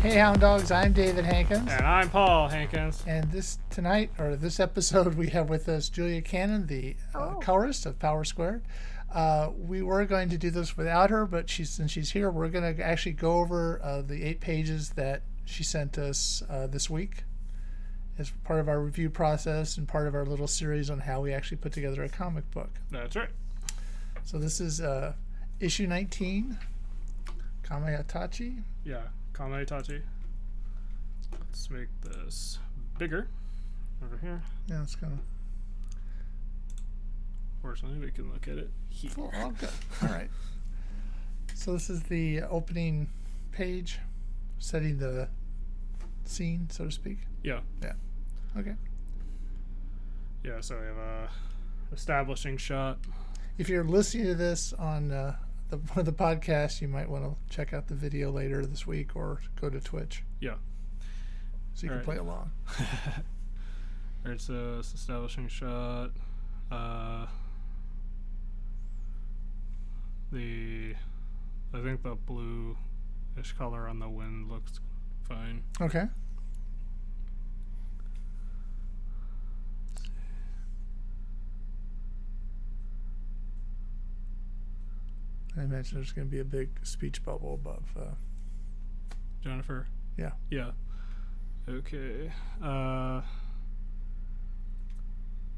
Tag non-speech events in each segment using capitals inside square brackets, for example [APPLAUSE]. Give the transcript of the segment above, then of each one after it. Hey, Hound Dogs, I'm David Hankins. And I'm Paul Hankins. And this tonight, or this episode, we have with us Julia Cannon, the uh, Oh. colorist of Power Squared. Uh, we were going to do this without her, but she's, since she's here, we're going to actually go over uh, the eight pages that she sent us uh, this week as part of our review process and part of our little series on how we actually put together a comic book. That's right. So this is uh, issue 19, Kamehatachi. Yeah, Kamei Tachi. Let's make this bigger over here. Yeah, it's going to. Fortunately, we can look at it here. Cool. All [LAUGHS] good. All right. So this is the opening page, setting the scene, so to speak. Yeah, Okay. yeah. So we have a establishing shot. If you're listening to this on uh, the, [LAUGHS] one of the podcasts, you might want to check out the video later this week or go to Twitch. Yeah. So you can All right. play along. Alright, so it's establishing shot. Uh, the I think the blue-ish color on the wind looks fine. Okay. I imagine there's going to be a big speech bubble above. Uh, Jennifer. Yeah. Yeah. Okay. Uh, I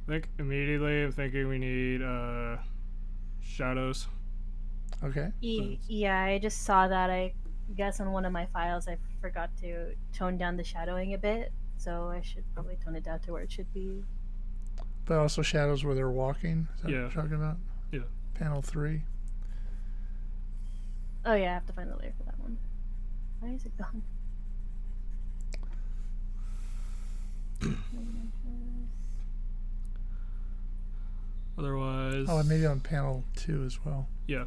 think immediately I'm thinking we need uh, shadows. okay. E- Sounds- yeah, I just saw that. I guess on one of my files, I forgot to tone down the shadowing a bit, so I should probably tone it down to where it should be. But also shadows where they're walking. Is that Yeah. what you're talking about? Yeah. Panel three. Oh yeah, I have to find the layer for that one. Why is it gone? Otherwise. Oh, and maybe on panel two as well. Yeah.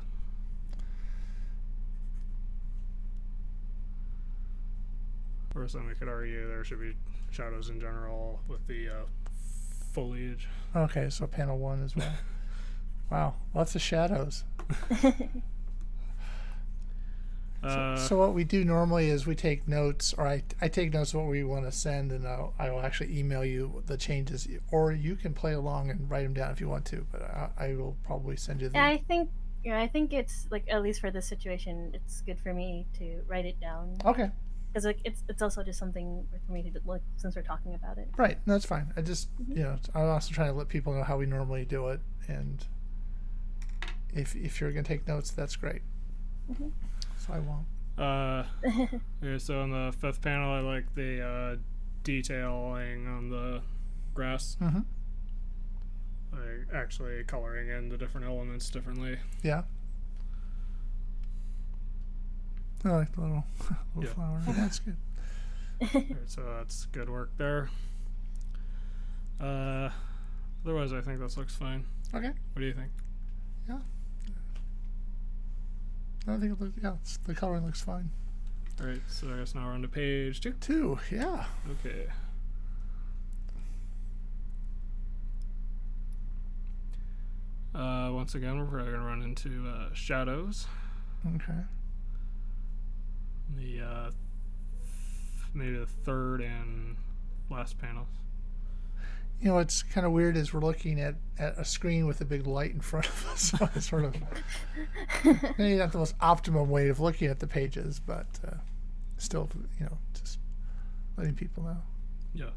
Or something we could argue there should be shadows in general with the uh, foliage. Okay, so panel one as [LAUGHS] well. wow, lots of shadows. Uh, so what we do normally is we take notes, or I, I take notes of what we want to send, and I'll, I will actually email you the changes, or you can play along and write them down if you want to. But I, I will probably send you the. Yeah, I think yeah, I think it's like at least for this situation, it's good for me to write it down okay, because like it's it's also just something for me to like since we're talking about it. [LAUGHS] right, no, that's fine. I just you know I'm also trying to let people know how we normally do it, and if if you're gonna take notes, that's great. Mhm. So I won't. Uh, okay, so on the fifth panel, I like the uh, detailing on the grass, Mm-hmm. like actually coloring in the different elements differently. Yeah. I like the little [LAUGHS] little Yeah. [LAUGHS] flower. Yeah, that's good. Alright, so that's good work there. Uh, otherwise, I think this looks fine. Okay. What do you think? I think it looks yeah, it's, the coloring looks fine. All right, so I guess now we're on to page two. Two, yeah. Okay. Uh, once again, we're probably gonna run into uh, shadows. Okay. the uh, maybe the third and last panels. You know what's kind of weird is we're looking at, at a screen with a big light in front of us. [LAUGHS] So it's sort of maybe not the most optimum way of looking at the pages, but uh, still, you know, just letting people know. Yeah.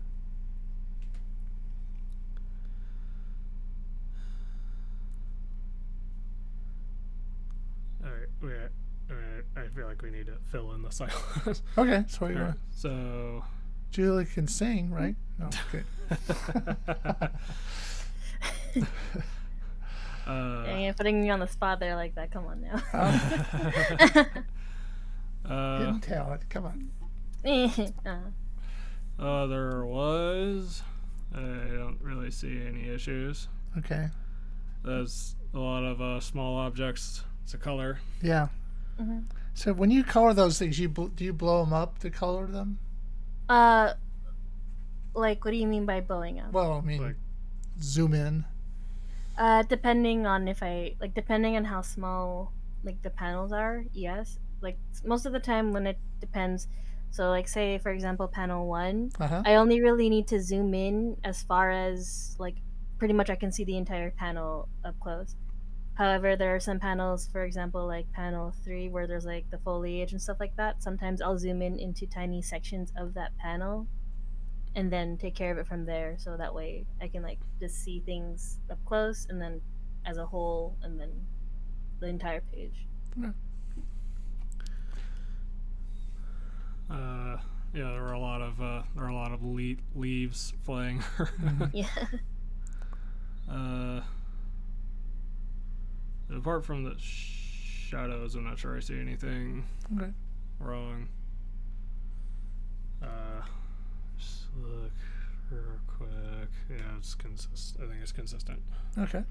All right, we. all right, I feel like we need to fill in the silence. Okay, so what you All right, want. so. [LAUGHS] Julia can sing, right? No, good. uh, Dang it, putting me on the spot there like that. Come on now. Oh, [LAUGHS] [LAUGHS] uh, hidden talent. Come on. [LAUGHS] Uh, uh, there was. I don't really see any issues. Okay. There's a lot of uh, small objects. It's a color. Yeah. Mhm. So when you color those things, you bl- do you blow them up to color them? uh, like, what do you mean by blowing up? Well, I mean, Like- zoom in. Uh, depending on if I like, depending on how small like the panels are. Yes, like s- most of the time when it depends, So, like, say for example, panel one, Uh-huh. I only really need to zoom in as far as like pretty much I can see the entire panel up close. However, there are some panels, for example, like panel three, where there's like the foliage and stuff like that. Sometimes I'll zoom in into tiny sections of that panel and then take care of it from there. So that way I can like just see things up close and then as a whole and then the entire page. Uh, yeah, there were a lot of uh, there were a lot of le- leaves flying. [LAUGHS] Yeah. uh, apart from the sh- shadows, I'm not sure I see anything Okay. wrong. Uh, just look real quick. Yeah, it's consist. I think it's consistent. Okay.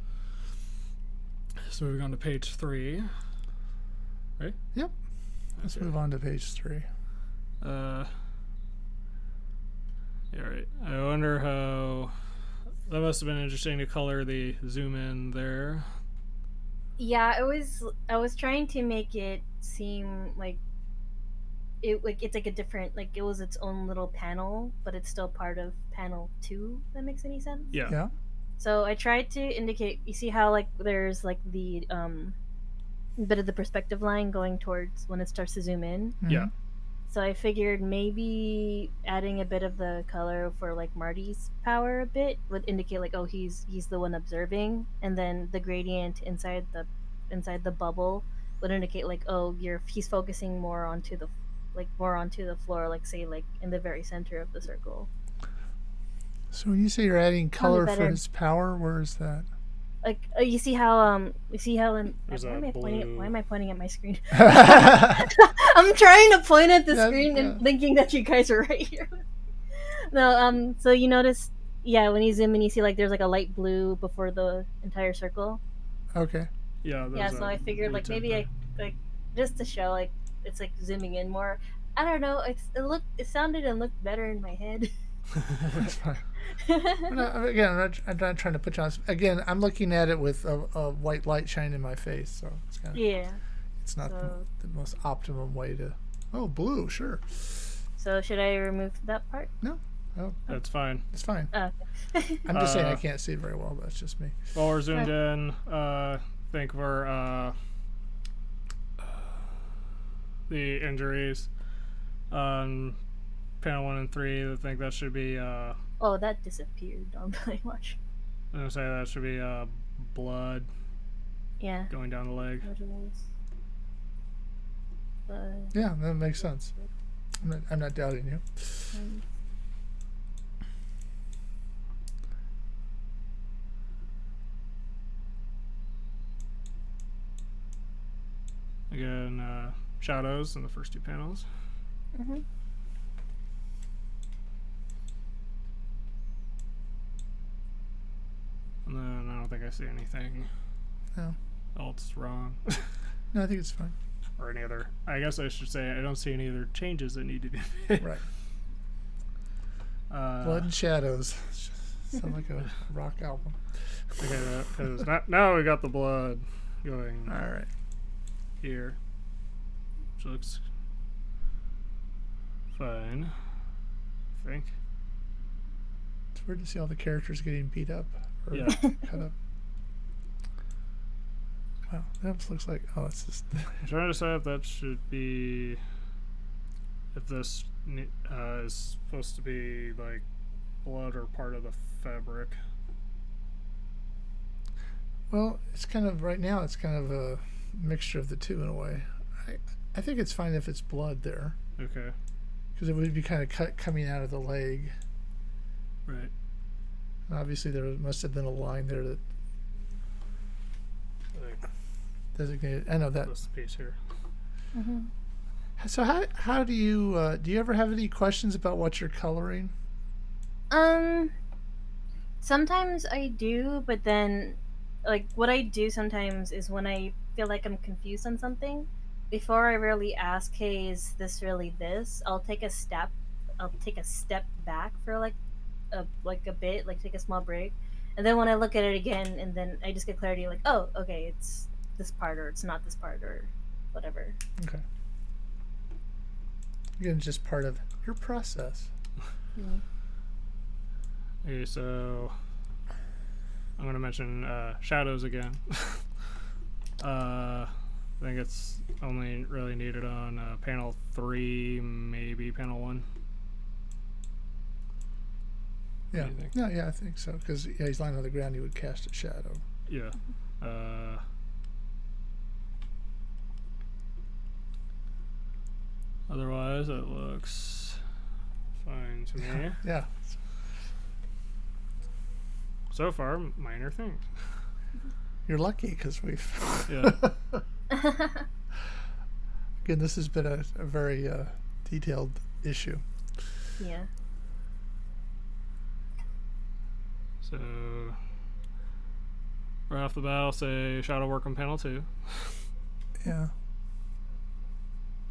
So moving on to page three. Right? Yep. Let's Okay. move on to page three. Uh, yeah, right. I wonder how. That must have been interesting to color the zoom in there. yeah i was i was trying to make it seem like it like it's like a different like it was its own little panel but it's still part of panel two if that makes any sense Yeah. Yeah. so i tried to indicate you see how like there's like the um bit of the perspective line going towards when it starts to zoom in Yeah. Mhm. so i figured maybe adding a bit of the color for like marty's power a bit would indicate like oh he's he's the one observing and then the gradient inside the inside the bubble would indicate like oh you're he's focusing more onto the like more onto the floor like say like in the very center of the circle So when you say you're adding color for better. his power, where is [LAUGHS] that? [LAUGHS] like oh, you see how um you see how in, There's why, a am I pointing, blue- why am i pointing at my screen okay. I'm trying to point at the Yeah, screen and yeah. thinking that you guys are right here. [LAUGHS] no, um, so you notice, yeah, when you zoom in, you see like there's like a light blue before the entire circle. Yeah. yeah, there's so a I figured blue like tint maybe I there. like just to show like it's like zooming in more. I don't know. It's it looked it sounded and looked better in my head. [LAUGHS] That's fine. I'm not, again, I'm not, I'm not trying to put you on. the sp- Again, I'm looking at it with a, a white light shining in my face, so it's kind of yeah. it's not So the, the most optimum way to. Oh, blue, sure. so should I remove that part? That's fine. Oh, It's fine. Oh. I'm just saying I Uh, can't see very well, but it's just me. While we're zoomed in, uh, I think we're uh, the injuries on panel one and three. I think that should be. Uh, [LAUGHS] oh, that disappeared on my [LAUGHS] watch. I'm gonna say that should be uh, blood [LAUGHS] Yeah. going down the leg. Nodules. Uh, Yeah, that makes sense. I'm not, I'm not doubting you. [LAUGHS] [LAUGHS] Um, Again, uh, shadows in the first two panels. Mm-hmm. Mhm. And then I don't think I see anything No. else wrong. [LAUGHS] No, I think it's fine. or any other. I guess I should say I don't see any other changes that need to be [LAUGHS] made. Right. Uh, Blood and shadows. [LAUGHS] Sound like a rock album. Okay, that, 'cause now, now we got the blood going All right. here, which looks fine. I think. It's weird to see all the characters getting beat up or Yeah. cut up. Wow, that just looks like oh, it's just I'm trying to decide if that should be. If this ne- uh, is supposed to be like blood or part of the fabric. well, it's kind of right now. It's kind of a mixture of the two in a way. I I think it's fine if it's blood there Okay. because it would be kind of cut coming out of the leg. Right. And obviously, there must have been a line there that Like designated. I know that. this piece here. Mm-hmm. So how how do you uh, do? You ever have any questions about what you're coloring? Um, sometimes I do, but then, like, what I do sometimes is when I feel like I'm confused on something, before I really ask, "Hey, is this really this?" I'll take a step, I'll take a step back for like, a like a bit, like take a small break, and then when I look at it again, and then I just get clarity, like, "Oh, okay, it's this part, or it's not this part, or whatever." Okay. Again, just part of your process. Mm. Okay, so I'm gonna mention uh, shadows again. [LAUGHS] uh, I think it's only really needed on uh, panel three, maybe panel one. Yeah. do you think? No, yeah, I think so. Because yeah, he's lying on the ground. You would cast a shadow. Yeah. Uh, otherwise, it looks fine to me. Yeah. so far, minor things. You're lucky because we've. [LAUGHS] Yeah. Again, this has been a, a very uh, detailed issue. [LAUGHS] yeah. So, right off the bat, I'll say shadow work on panel two Yeah.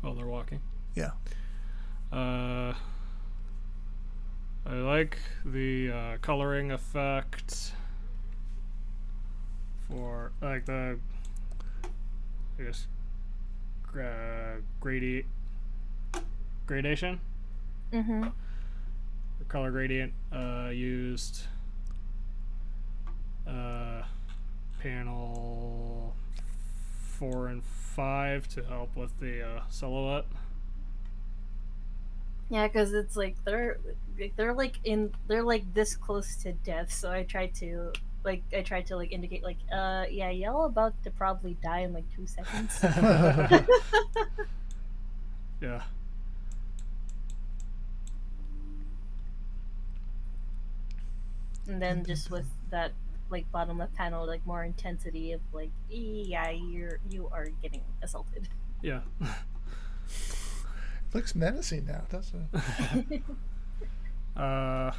while they're walking. Yeah. Uh, I like the uh, coloring effect for like the I guess gra- gradi- gradation Mm-hmm. or color gradient uh, used uh, panel four and five to help with the uh, silhouette. Yeah, because it's like they're like, they're like in they're like this close to death. So I tried to like I tried to like indicate like uh yeah y'all about to probably die in like [LAUGHS] two [LAUGHS] seconds. yeah. and then just with that like bottom left panel like more intensity of like yeah you're you are getting assaulted. [LAUGHS] Yeah. looks menacing now, doesn't [LAUGHS] it? Uh,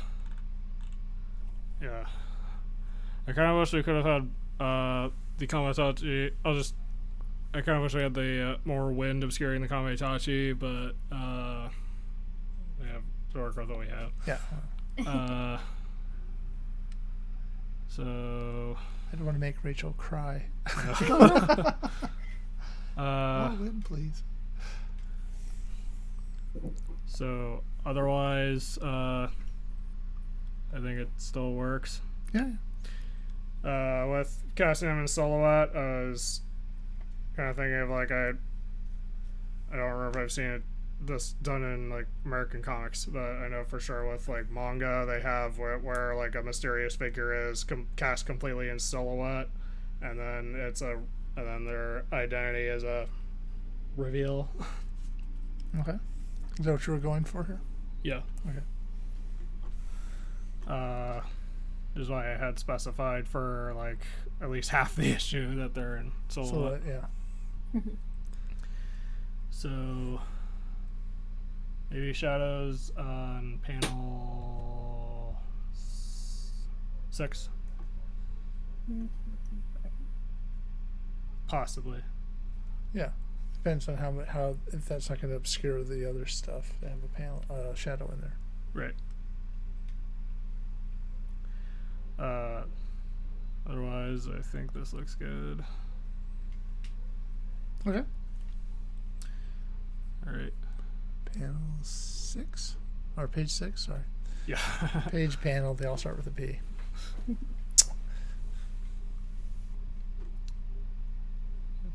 yeah. I kind of wish we could have had uh, the Kamatachi. I'll just. I kind of wish we had the uh, more wind obscuring the Kamatachi, but uh, we have to work with what we have. Yeah. Uh, so. I don't want to make Rachel cry. [LAUGHS] [LAUGHS] Uh, oh, win, please. so otherwise, uh, I think it still works. Yeah. uh, with casting him in silhouette, I was kind of thinking of like I, I don't remember if I've seen it this done in like American comics, but I know for sure with like manga they have where, where like a mysterious figure is com- cast completely in silhouette, and then it's a and then their identity is a reveal. Okay. Is that what you were going for here? Yeah. Okay. Uh, this is why I had specified for like at least half the [LAUGHS] issue that they're in silhouette. So, uh, yeah. So maybe shadows on panel s- six, possibly. Yeah. Depends on how mu- how if that's not going to obscure the other stuff. They have a panel uh, shadow in there. Right. Uh, otherwise, I think this looks good. Okay. All right. Panel six or page six? Sorry. Yeah. [LAUGHS] Page panel. They all start with a P.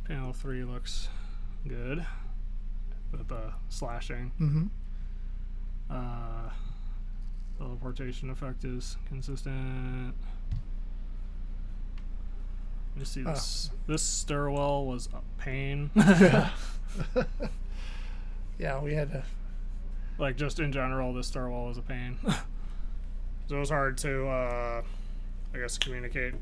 panel three looks good with the slashing. Mm-hmm. Uh, teleportation effect is consistent. You see Ah. this this stairwell was a pain. [LAUGHS] [LAUGHS] Yeah, we had a like just in general, this stairwell was a pain. [LAUGHS] so it was hard to, uh, I guess, communicate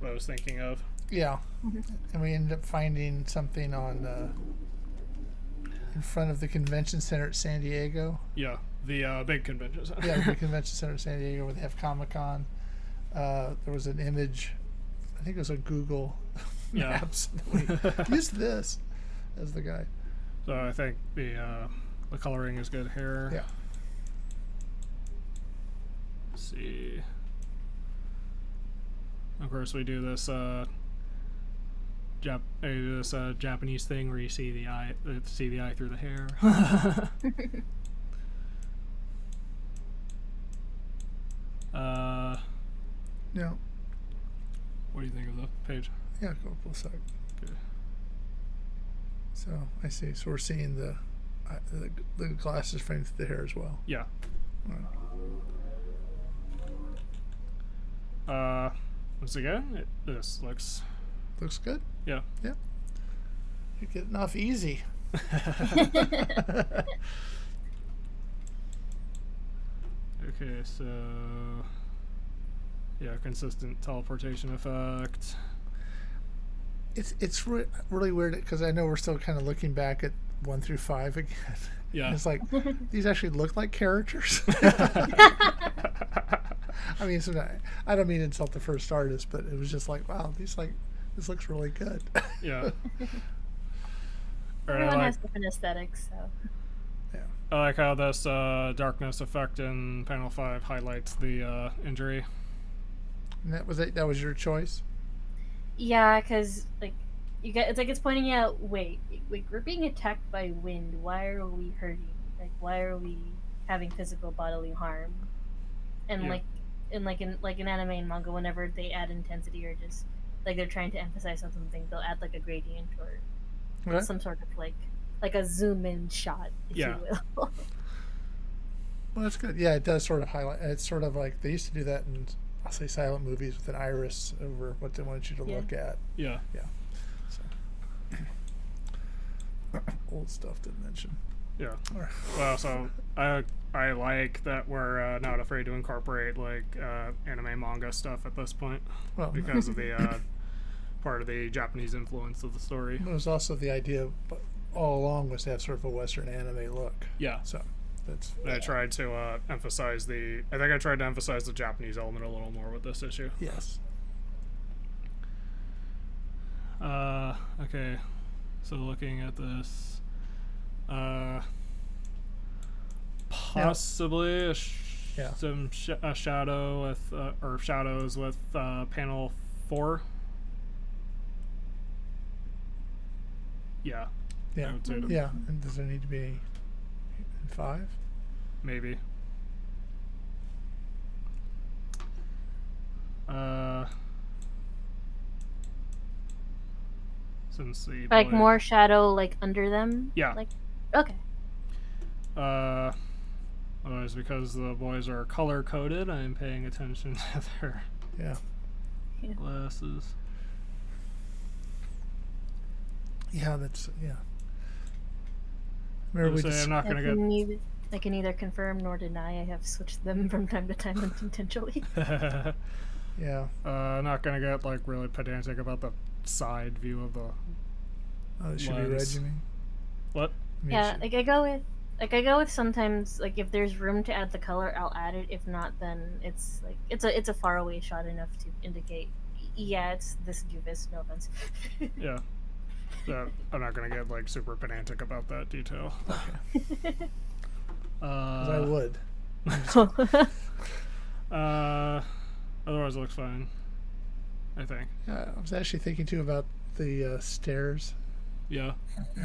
what I was thinking of. yeah, and we ended up finding something on uh, in front of the convention center at San Diego. Yeah, the uh, big convention center. yeah, [LAUGHS] [LAUGHS] the convention center in San Diego where they have Comic Con. Uh, there was an image, I think it was a Google Yeah. [LAUGHS] Maps. [LAUGHS] that we Use this as the guide. so I think the uh, the coloring is good here. Yeah. Let's see. Of course, we do this uh, Jap- uh, this uh, Japanese thing where you see the eye, uh, see the eye through the hair. uh, Yeah. what do you think of the page? Yeah, go up a sec. Okay. So I see. So we're seeing the uh, the, the glasses framed through the hair as well. Yeah. Right. Uh, once again, it, this looks. Looks good. Yeah. Yeah. You're getting off [LAUGHS] easy. [LAUGHS] Okay, so yeah, consistent teleportation effect. [LAUGHS] It's it's re- really weird because I know we're still kind of looking back at one through five again. Yeah. It's like these actually look like characters. [LAUGHS] I mean, sometimes, I don't mean to insult the first artist, but it was just like, wow, these like this looks really good. yeah. Or I Everyone like, has different aesthetics, so I like how this uh, darkness effect in panel five highlights the uh, injury. and that was it. That was your choice. yeah, because like you get it's like it's pointing out. Wait, wait, we're being attacked by wind. Why are we hurting? Like, why are we having physical bodily harm? And Yeah. like, and like in like in anime and manga, whenever they add intensity or just like they're trying to emphasize something, they'll add like a gradient or Okay. some sort of like like a zoom in shot, if Yeah. you will. Well, that's good. Yeah, it does sort of highlight. It's sort of like they used to do that in, I'll say, silent movies with an iris over what they wanted you to Yeah. look at. Yeah. Old stuff to mention. Yeah. Or- Well, so I I like that we're uh, not afraid to incorporate like uh, anime manga stuff at this point Well, because of the [LAUGHS] uh, part of the Japanese influence of the story. [LAUGHS] it was also the idea but all along was to have sort of a Western anime look. Yeah. So that's I tried to uh, emphasize the. I think I tried to emphasize the Japanese element a little more with this issue. yes. Uh, okay. So looking at this, uh, possibly a sh- Yeah. some sh- a shadow with uh, or shadows with uh, panel four. Yeah, I Yeah. would say that Yeah. And does there need to be in five? maybe. Uh, since the [LAUGHS] like blade- more shadow like under them. Yeah. Like, okay. Uh, well, it's because the boys are color coded. I'm paying attention [LAUGHS] to their Yeah. glasses. Yeah. That's yeah. Remember we Obviously, just, I'm not I gonna can, get. neither, I can neither confirm nor deny. I have switched them [LAUGHS] from time to time intentionally. [LAUGHS] uh, yeah. I'm uh, not gonna get like really pedantic about the side view of the. Oh, it should be red. Lines. You mean? What? I mean, it yeah, should- like I go with, like I go with sometimes like if there's room to add the color, I'll add it. If not, then it's like it's a it's a faraway shot enough to indicate. Yeah, it's this Guvis. No offense. [LAUGHS] Yeah. So, I'm not gonna get like super pedantic about that detail. [LAUGHS] Uh, 'cause I would. Uh, otherwise it looks fine. I think. Yeah, Uh, I was actually thinking too about the uh, stairs. Yeah.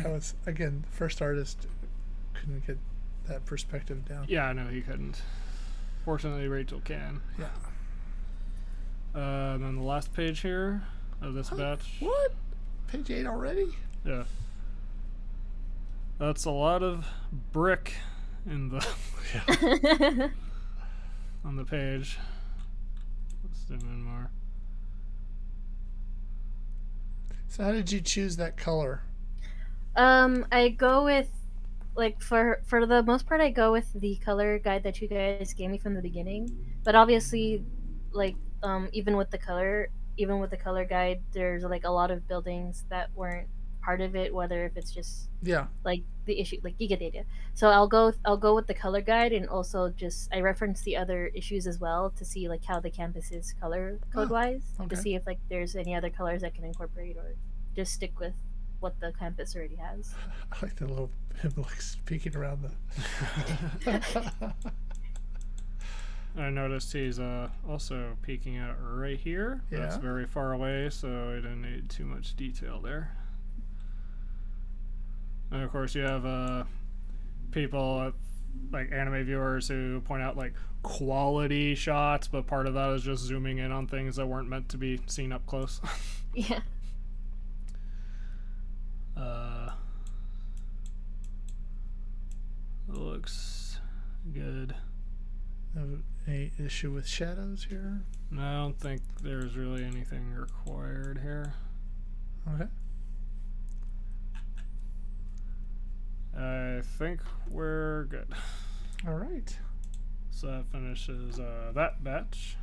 I was again the first artist couldn't get that perspective down. Yeah, I know he couldn't. Fortunately, Rachel can. Yeah. Uh, and then the last page here of this batch. What? Page eight already? Yeah. That's a lot of brick in the on the page. Let's zoom in more. [LAUGHS] So how did you choose that color? Um, I go with like for for the most part, I go with the color guide that you guys gave me from the beginning. But obviously, like um, even with the color, even with the color guide, there's like a lot of buildings that weren't part of it. Whether if it's just Yeah. like the issue, like you get the idea. So I'll go I'll go with the color guide and also just I reference the other issues as well to see like how the canvas is color Oh, code wise okay. to see if like there's any other colors I can incorporate or just stick with what the canvas already has. [LAUGHS] [LAUGHS] I like the little [LAUGHS] him like peeking around the I noticed he's uh, also peeking out right here. That's Yeah. very far away, so I didn't need too much detail there. And of course, you have uh, people, like anime viewers, who point out like quality shots, but part of that is just zooming in on things that weren't meant to be seen up close. [LAUGHS] Yeah. Uh, looks good. No- Any issue with shadows here? No, I don't think there's really anything required here. Okay. I think we're good. All right. So that finishes uh, that batch.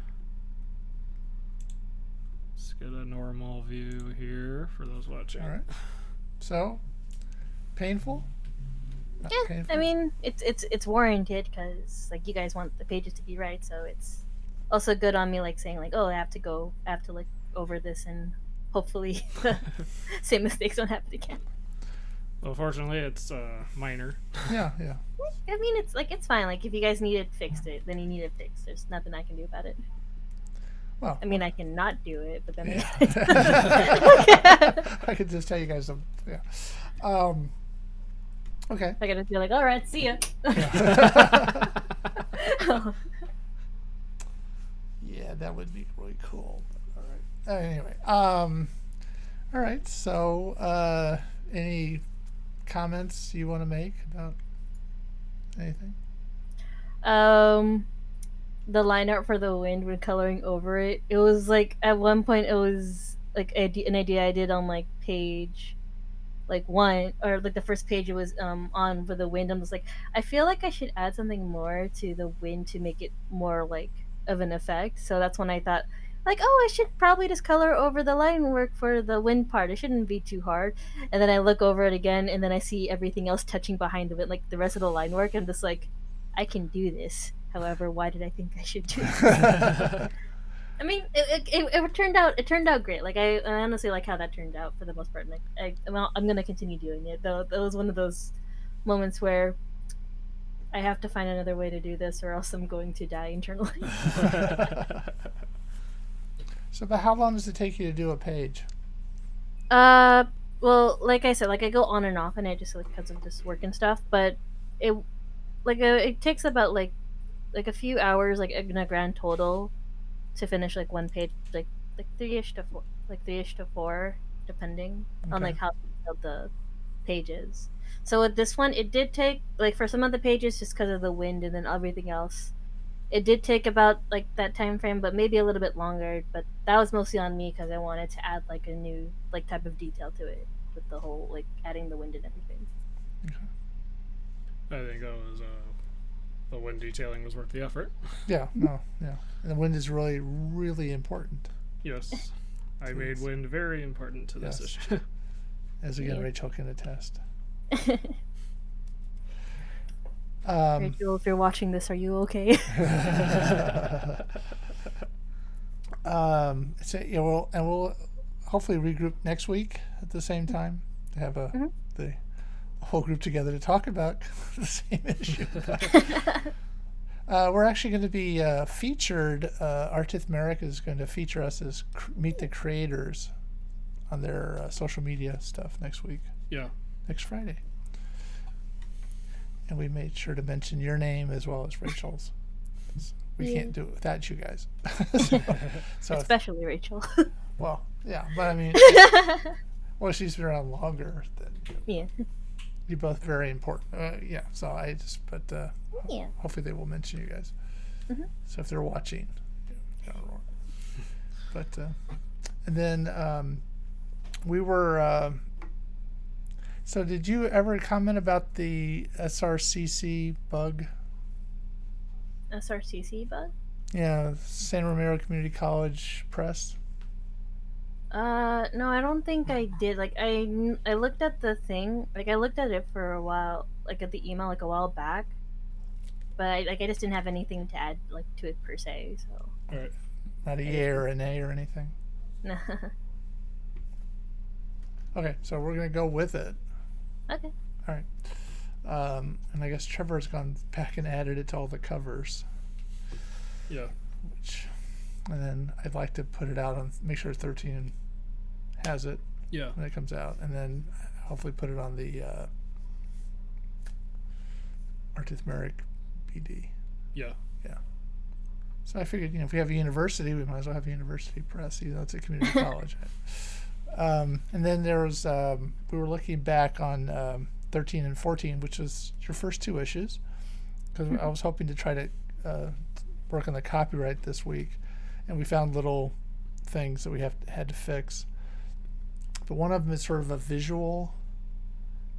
Let's get a normal view here for those watching. All right. So, painful? Not Yeah, painful? I mean, it's it's it's warranted because like you guys want the pages to be right, so it's also good on me like saying like, oh, I have to go, I have to look over this, and [LAUGHS] hopefully [LAUGHS] the same mistakes don't happen again. Well, fortunately, it's uh, minor. yeah, yeah. I mean, it's like it's fine. Like if you guys need it fixed, it then you need it fixed. There's nothing I can do about it. Well, I mean, I can not do it, but then [LAUGHS] Yeah. [LAUGHS] I could just tell you guys. Some, yeah. Um, okay. I gotta be like, all right, see ya. Yeah. yeah, that would be really cool. All right. Uh, anyway, um, all right. So, uh, any comments you want to make about [LAUGHS] anything? [LAUGHS] um the line art for the wind when coloring over it it was like at one point it was like ide- an idea i did on like page like one or like the first page it was um on for the wind i'm just like i feel like i should add something more to the wind to make it more like of an effect so that's when i thought like oh i should probably just color over the line work for the wind part it shouldn't be too hard and then i look over it again and then i see everything else touching behind the wind like the rest of the line work i'm just like I can do this. However, why did I think I should do this? I mean, it, it, it, it turned out it turned out great. Like I, I honestly like how that turned out for the most part. Like I, well, I'm gonna continue doing it. Though that was one of those moments where I have to find another way to do this, or else I'm going to die internally. [LAUGHS] So, but how long does it take you to do a page? Uh, well, like I said, like I go on and off, and I just like because of just work and stuff. But it, like, uh, it takes about like, like a few hours, like in a grand total, to finish like one page, like like three ish to four, like three ish to four, depending on Okay. like how detailed the pages. So with this one, it did take like for some of the pages, just because of the wind and then everything else, it did take about like that time frame, but maybe a little bit longer. But that was mostly on me because I wanted to add like a new like type of detail to it with the whole like adding the wind and everything. I think that was uh, the wind detailing was worth the effort. Yeah, no, yeah. And the wind is really, really important. Yes, I Please. made wind very important to this Yes. issue. [LAUGHS] As again, Yeah. Rachel can attest. Um, Rachel, if you're watching this, are [LAUGHS] you okay? um, so, yeah, we'll, and we'll hopefully regroup next week at the same time to have a Mhm. the whole group together to talk about [LAUGHS] the same issue. uh, we're actually going to be uh, featured. Uh, Artith Merrick is going to feature us as cr- Meet the Creators on their uh, social media stuff next week yeah. next Friday. And we made sure to mention your name as well as Rachel's. 'cause We Yeah. can't do it without you guys. [LAUGHS] so, so if- Especially Rachel. well, yeah, but I mean, well, she's been around longer than you. [LAUGHS] yeah. You're both very important. Uh, yeah, so I just, but uh, Yeah. hopefully they will mention you guys. Mhm. So if they're watching, you know, roar. but uh, and then um, we were. um so did you ever comment about the SRCC bug? SRCC bug. Yeah, San Romero Community College Press. Uh, no, I don't think I did. Like, I kn- I looked at the thing. Like, I looked at it for a while. Like at the email, like a while back. But I, like, I just didn't have anything to add like to it per se. So. All right. Not E a yay or an A or anything. Nah. Okay, so we're gonna go with it. [LAUGHS] okay. Um, and I guess Trevor's gone back and added it to all the covers. Yeah. Which, and then I'd like to put it out on make sure 13 has it Yeah. when it comes out, and then hopefully put it on the uh, Artith Merrick BD. Yeah. So I figured, you know, if we have a university, we might as well have a university press, even though it's a community college. Um, and then there was, um, we were looking back on um, 13 and 14, which was your first two issues, because I was hoping to try to uh, work on the copyright this week, and we found little things that we have had to fix. But one of them is sort of a visual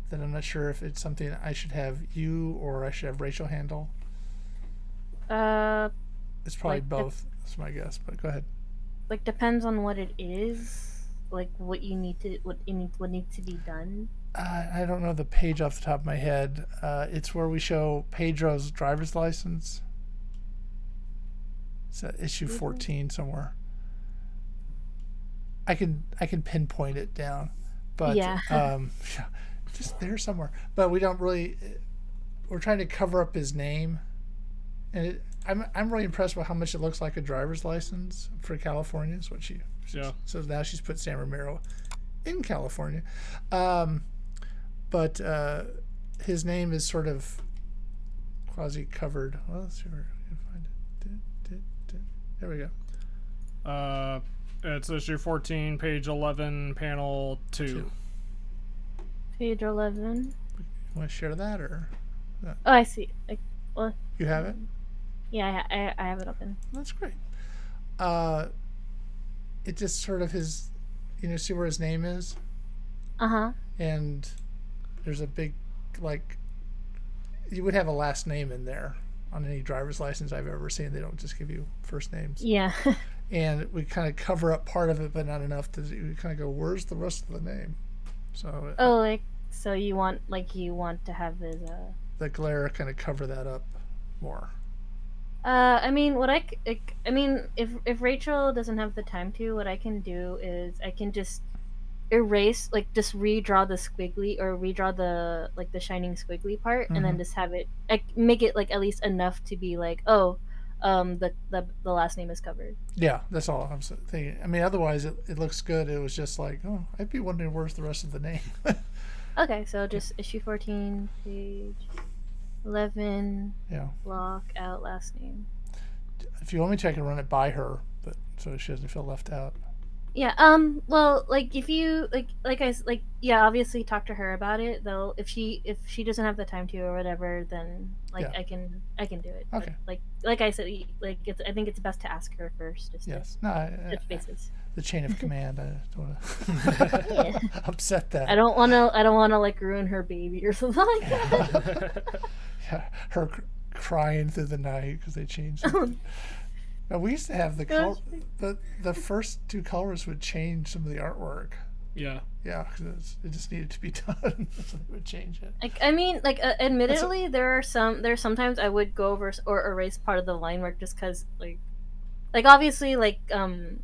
that I'm not sure if it's something I should have you or I should have Rachel handle. Uh, It's probably Like the- both. That's my guess. But go ahead. like depends on what it is, like what you need to what you need what needs to be done. I I don't know the page off the top of my head. Uh, it's where we show Pedro's driver's license. It's at issue Mhm. fourteen somewhere. I can I can pinpoint it down, but Yeah. um, [LAUGHS] just there somewhere. But we don't really. uh, We're trying to cover up his name, and it, I'm I'm really impressed with how much it looks like a driver's license for California. Is what she Yeah. so now she's put San Ramiro in California. Um, but uh, his name is sort of quasi covered. Well, let's see where I can find it. Dun, dun, dun. There we go. Uh, it's issue 14, page 11, panel 2. Two. Page eleven. You want to share that or Oh, I see. Like, you have it? yeah, I, I, I have it open. That's great. Uh, it just sort of his, you know, see where his name is? Uh huh. and there's a big like you would have a last name in there on any driver's license I've ever seen. They don't just give you first names. Yeah. [LAUGHS] And we kind of cover up part of it, but not enough to you kind of go, where's the rest of the name? So uh, oh, like so you want like you want to have his uh. the glare kind of cover that up more. Uh, I mean, what I, c- I c- I mean, if if Rachel doesn't have the time to, what I can do is I can just erase, like, just redraw the squiggly or redraw the like the shining squiggly part, and then Mhm. just have it, like, make it like at least enough to be like, oh, um, the the, the last name is covered. Yeah, that's all I'm s- thinking. I mean, otherwise it, it looks good. It was just like, oh, I'd be wondering where's the rest of the name. Okay, so just issue fourteen, page eleven, yeah. block out last name. If you want me to, I can run it by her, but so she doesn't feel left out. Yeah. Um. Well, like if you like, like I s- like, yeah. Obviously, talk to her about it. Though, if she if she doesn't have the time to or whatever, then like Yeah. I can I can do it. Okay. But, like like I said, y- like it's I think it's best to ask her first. Just to Yes. No, I, Touch I, bases. the chain of command. I don't want to [LAUGHS] upset that. I don't want to. I don't want to like ruin her baby or something [LAUGHS] like that. Yeah, her cr- crying through the night because they changed. something. now, we used to have the col- Oh. Gosh. the the first two colors would change some of the artwork. [LAUGHS] yeah. Yeah, because it just needed to be [LAUGHS] done. so they would change it. like I mean, like uh, admittedly, there are some. There are sometimes I would go over s- or erase part of the line work just because like, like obviously like um,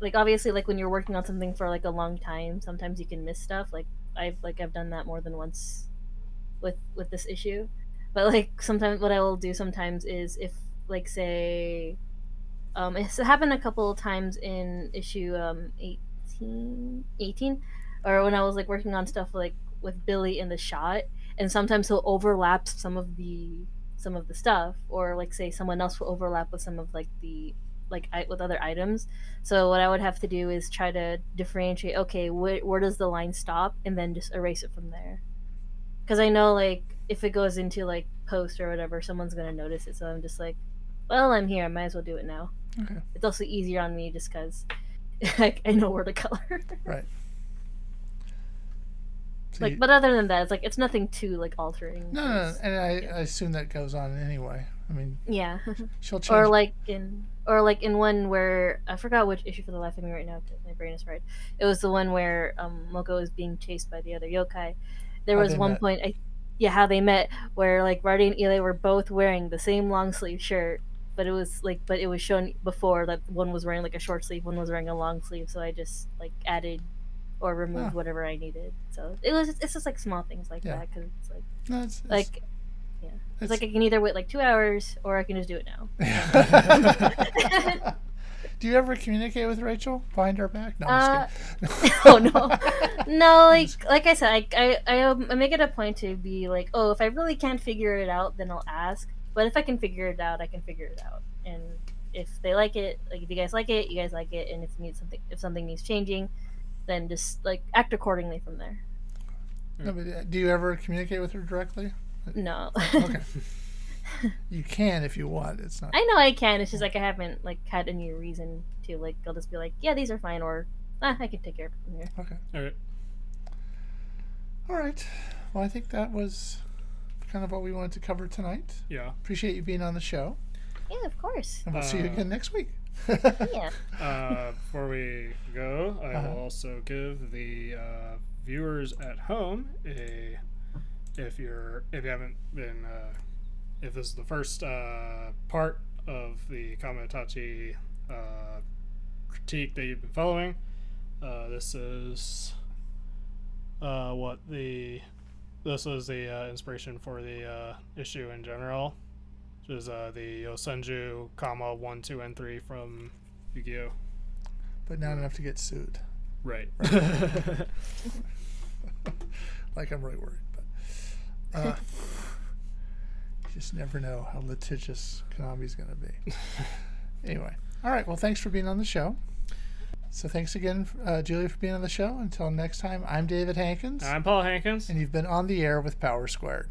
like obviously like when you're working on something for like a long time, sometimes you can miss stuff. Like I've like I've done that more than once, with with this issue, but like sometimes what I will do sometimes is if like say, um, it's happened a couple of times in issue um 18, 18 or when I was like working on stuff like with Billy in the shot, and sometimes he'll overlap some of the some of the stuff, or like say someone else will overlap with some of like the like I, with other items. So what I would have to do is try to differentiate. Okay, wh- where does the line stop, and then just erase it from there. Because I know like if it goes into like post or whatever, someone's gonna notice it. So I'm just like, well, I'm here. I might as well do it now. Okay. It's also easier on me just because like, [LAUGHS] I know where to [LAUGHS] color. So like, you- but other than that, it's like it's nothing too like altering. no, no, no, It's- and I, I assume that goes on anyway. I mean, Yeah. [LAUGHS] she'll change. or like in or like in one where I forgot which issue for the life of me right now because my brain is fried. It was the one where um, Moko is being chased by the other yokai. There How was they one met. point, I yeah, how they met where like Rardy and Ile were both wearing the same long sleeve shirt, but it was like but it was shown before that one was wearing like a short sleeve, one was wearing a long sleeve. So I just like added or removed Huh. whatever I needed. So it was it's just like small things like Yeah. that 'cause that because it's like no, it's, it's- like It's like I can either wait like two hours or I can just do it now. Do you ever communicate with Rachel behind her back? No, I'm just kidding. [LAUGHS] oh no [LAUGHS] no like like i said I, I i um, I make it a point to be like oh if i really can't figure it out then i'll ask but if i can figure it out i can figure it out and if they like it like if you guys like it you guys like it and if you need something if something needs changing then just like act accordingly from there No, but, uh, do you ever communicate with her directly? no Okay. you can if you want. It's not. [LAUGHS] i know i can it's just like i haven't like had any reason to like i'll just be like yeah these are fine or ah, i can take care of it from here Okay. All right. All right. Well, I think that was kind of what we wanted to cover tonight. Yeah. Appreciate you being on the show, yeah of course and we'll see you Uh, again next week. [LAUGHS] yeah Uh, before we go, I Uh-huh. will also give the uh, viewers at home a if you're if you haven't been uh, if this is the first uh, part of the Kamatachi uh, critique that you've been following. Uh, this is uh, what the this was the uh, inspiration for the uh, issue in general, which is uh, the Yosenju, comma one, two, and three from Yu-Gi-Oh. But not enough to get sued. Right. Like I'm really worried, but uh, you just never know how litigious Konami's going to be. anyway, all right. Well, thanks for being on the show. So thanks again, uh, Julia, for being on the show. Until next time, I'm David Hankins, I'm Paul Hankins. and you've been on the air with Power Squared.